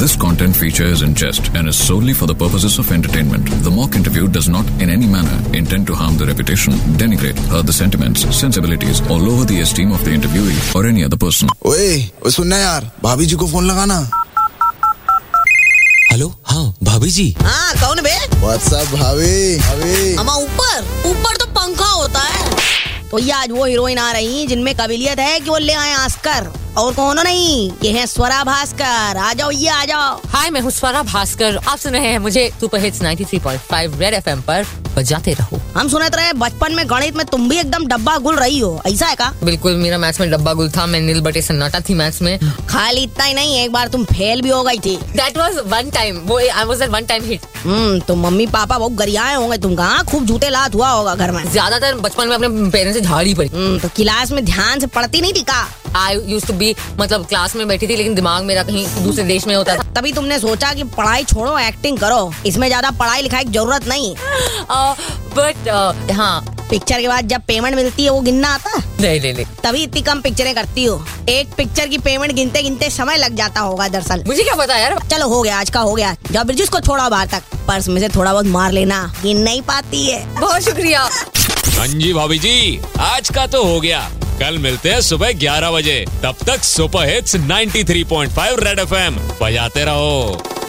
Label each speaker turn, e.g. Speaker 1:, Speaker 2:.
Speaker 1: This content feature is in jest and is solely for the purposes of entertainment. The mock interview does not in any manner intend to harm the reputation, denigrate, hurt the sentiments, sensibilities, or lower the esteem of the interviewee or any other person.
Speaker 2: ओए ओए सुनना यार भाभी जी को phone लगाना
Speaker 3: hello हाँ भाभी जी
Speaker 4: हाँ कौन बे
Speaker 2: व्हाट्सअप भाभी भाभी
Speaker 4: अमा ऊपर ऊपर तो पंखा होता है तो ये आज वो हीरोइन आ रही हैं जिनमें काबिलियत है कि वो ले आए आस्कर और कौन नहीं ये है स्वरा भास्कर आ जाओ ये आ जाओ
Speaker 5: हाय मैं हूँ स्वरा भास्कर आप सुन रहे हैं मुझे सुपर हिट्स 93.5 रेड एफएम पर बजाते रहो
Speaker 4: हम सुनते रहे बचपन में गणित में तुम भी एकदम डब्बा गुल रही हो ऐसा है का
Speaker 5: बिल्कुल मेरा मैच में डब्बा गुल था मैं नील बटे सन्नाटा थी मैच में
Speaker 4: खाली इतना ही नहीं एक बार तुम फेल भी हो गई थी
Speaker 5: दैट वाज वन टाइम वो I was at one time hit
Speaker 4: hmm तो मम्मी पापा बहुत गरियाए होंगे तुम कहाँ खूब जूते लात हुआ होगा घर में
Speaker 5: ज्यादातर बचपन में अपने पेरेंट्स से झाड़ी पड़ी
Speaker 4: हम्म, तो क्लास में ध्यान से पढ़ती नहीं थी का
Speaker 5: आई यूज टू बी मतलब क्लास में बैठी थी लेकिन दिमाग मेरा कहीं दूसरे देश में होता था
Speaker 4: तभी तुमने सोचा कि पढ़ाई छोड़ो एक्टिंग करो इसमें ज्यादा पढ़ाई लिखाई की जरूरत नहीं
Speaker 5: बट Uh, हाँ
Speaker 4: पिक्चर के बाद जब पेमेंट मिलती है वो गिनना आता है?
Speaker 5: नहीं नहीं नहीं
Speaker 4: तभी इतनी कम पिक्चरें करती हो एक पिक्चर की पेमेंट गिनते गिनते समय लग जाता होगा दरअसल
Speaker 5: मुझे क्या पता यार
Speaker 4: चलो हो गया आज का हो गया जाओ ब्रिजिस को छोड़ा बाहर तक पर्स में से थोड़ा बहुत मार लेना गिन नहीं पाती है
Speaker 5: बहुत शुक्रिया
Speaker 6: हाँ जी भाभी जी आज का तो हो गया कल मिलते हैं सुबह 11 बजे तब तक सुपर हिट्स 93.5 रेड एफएम बजाते रहो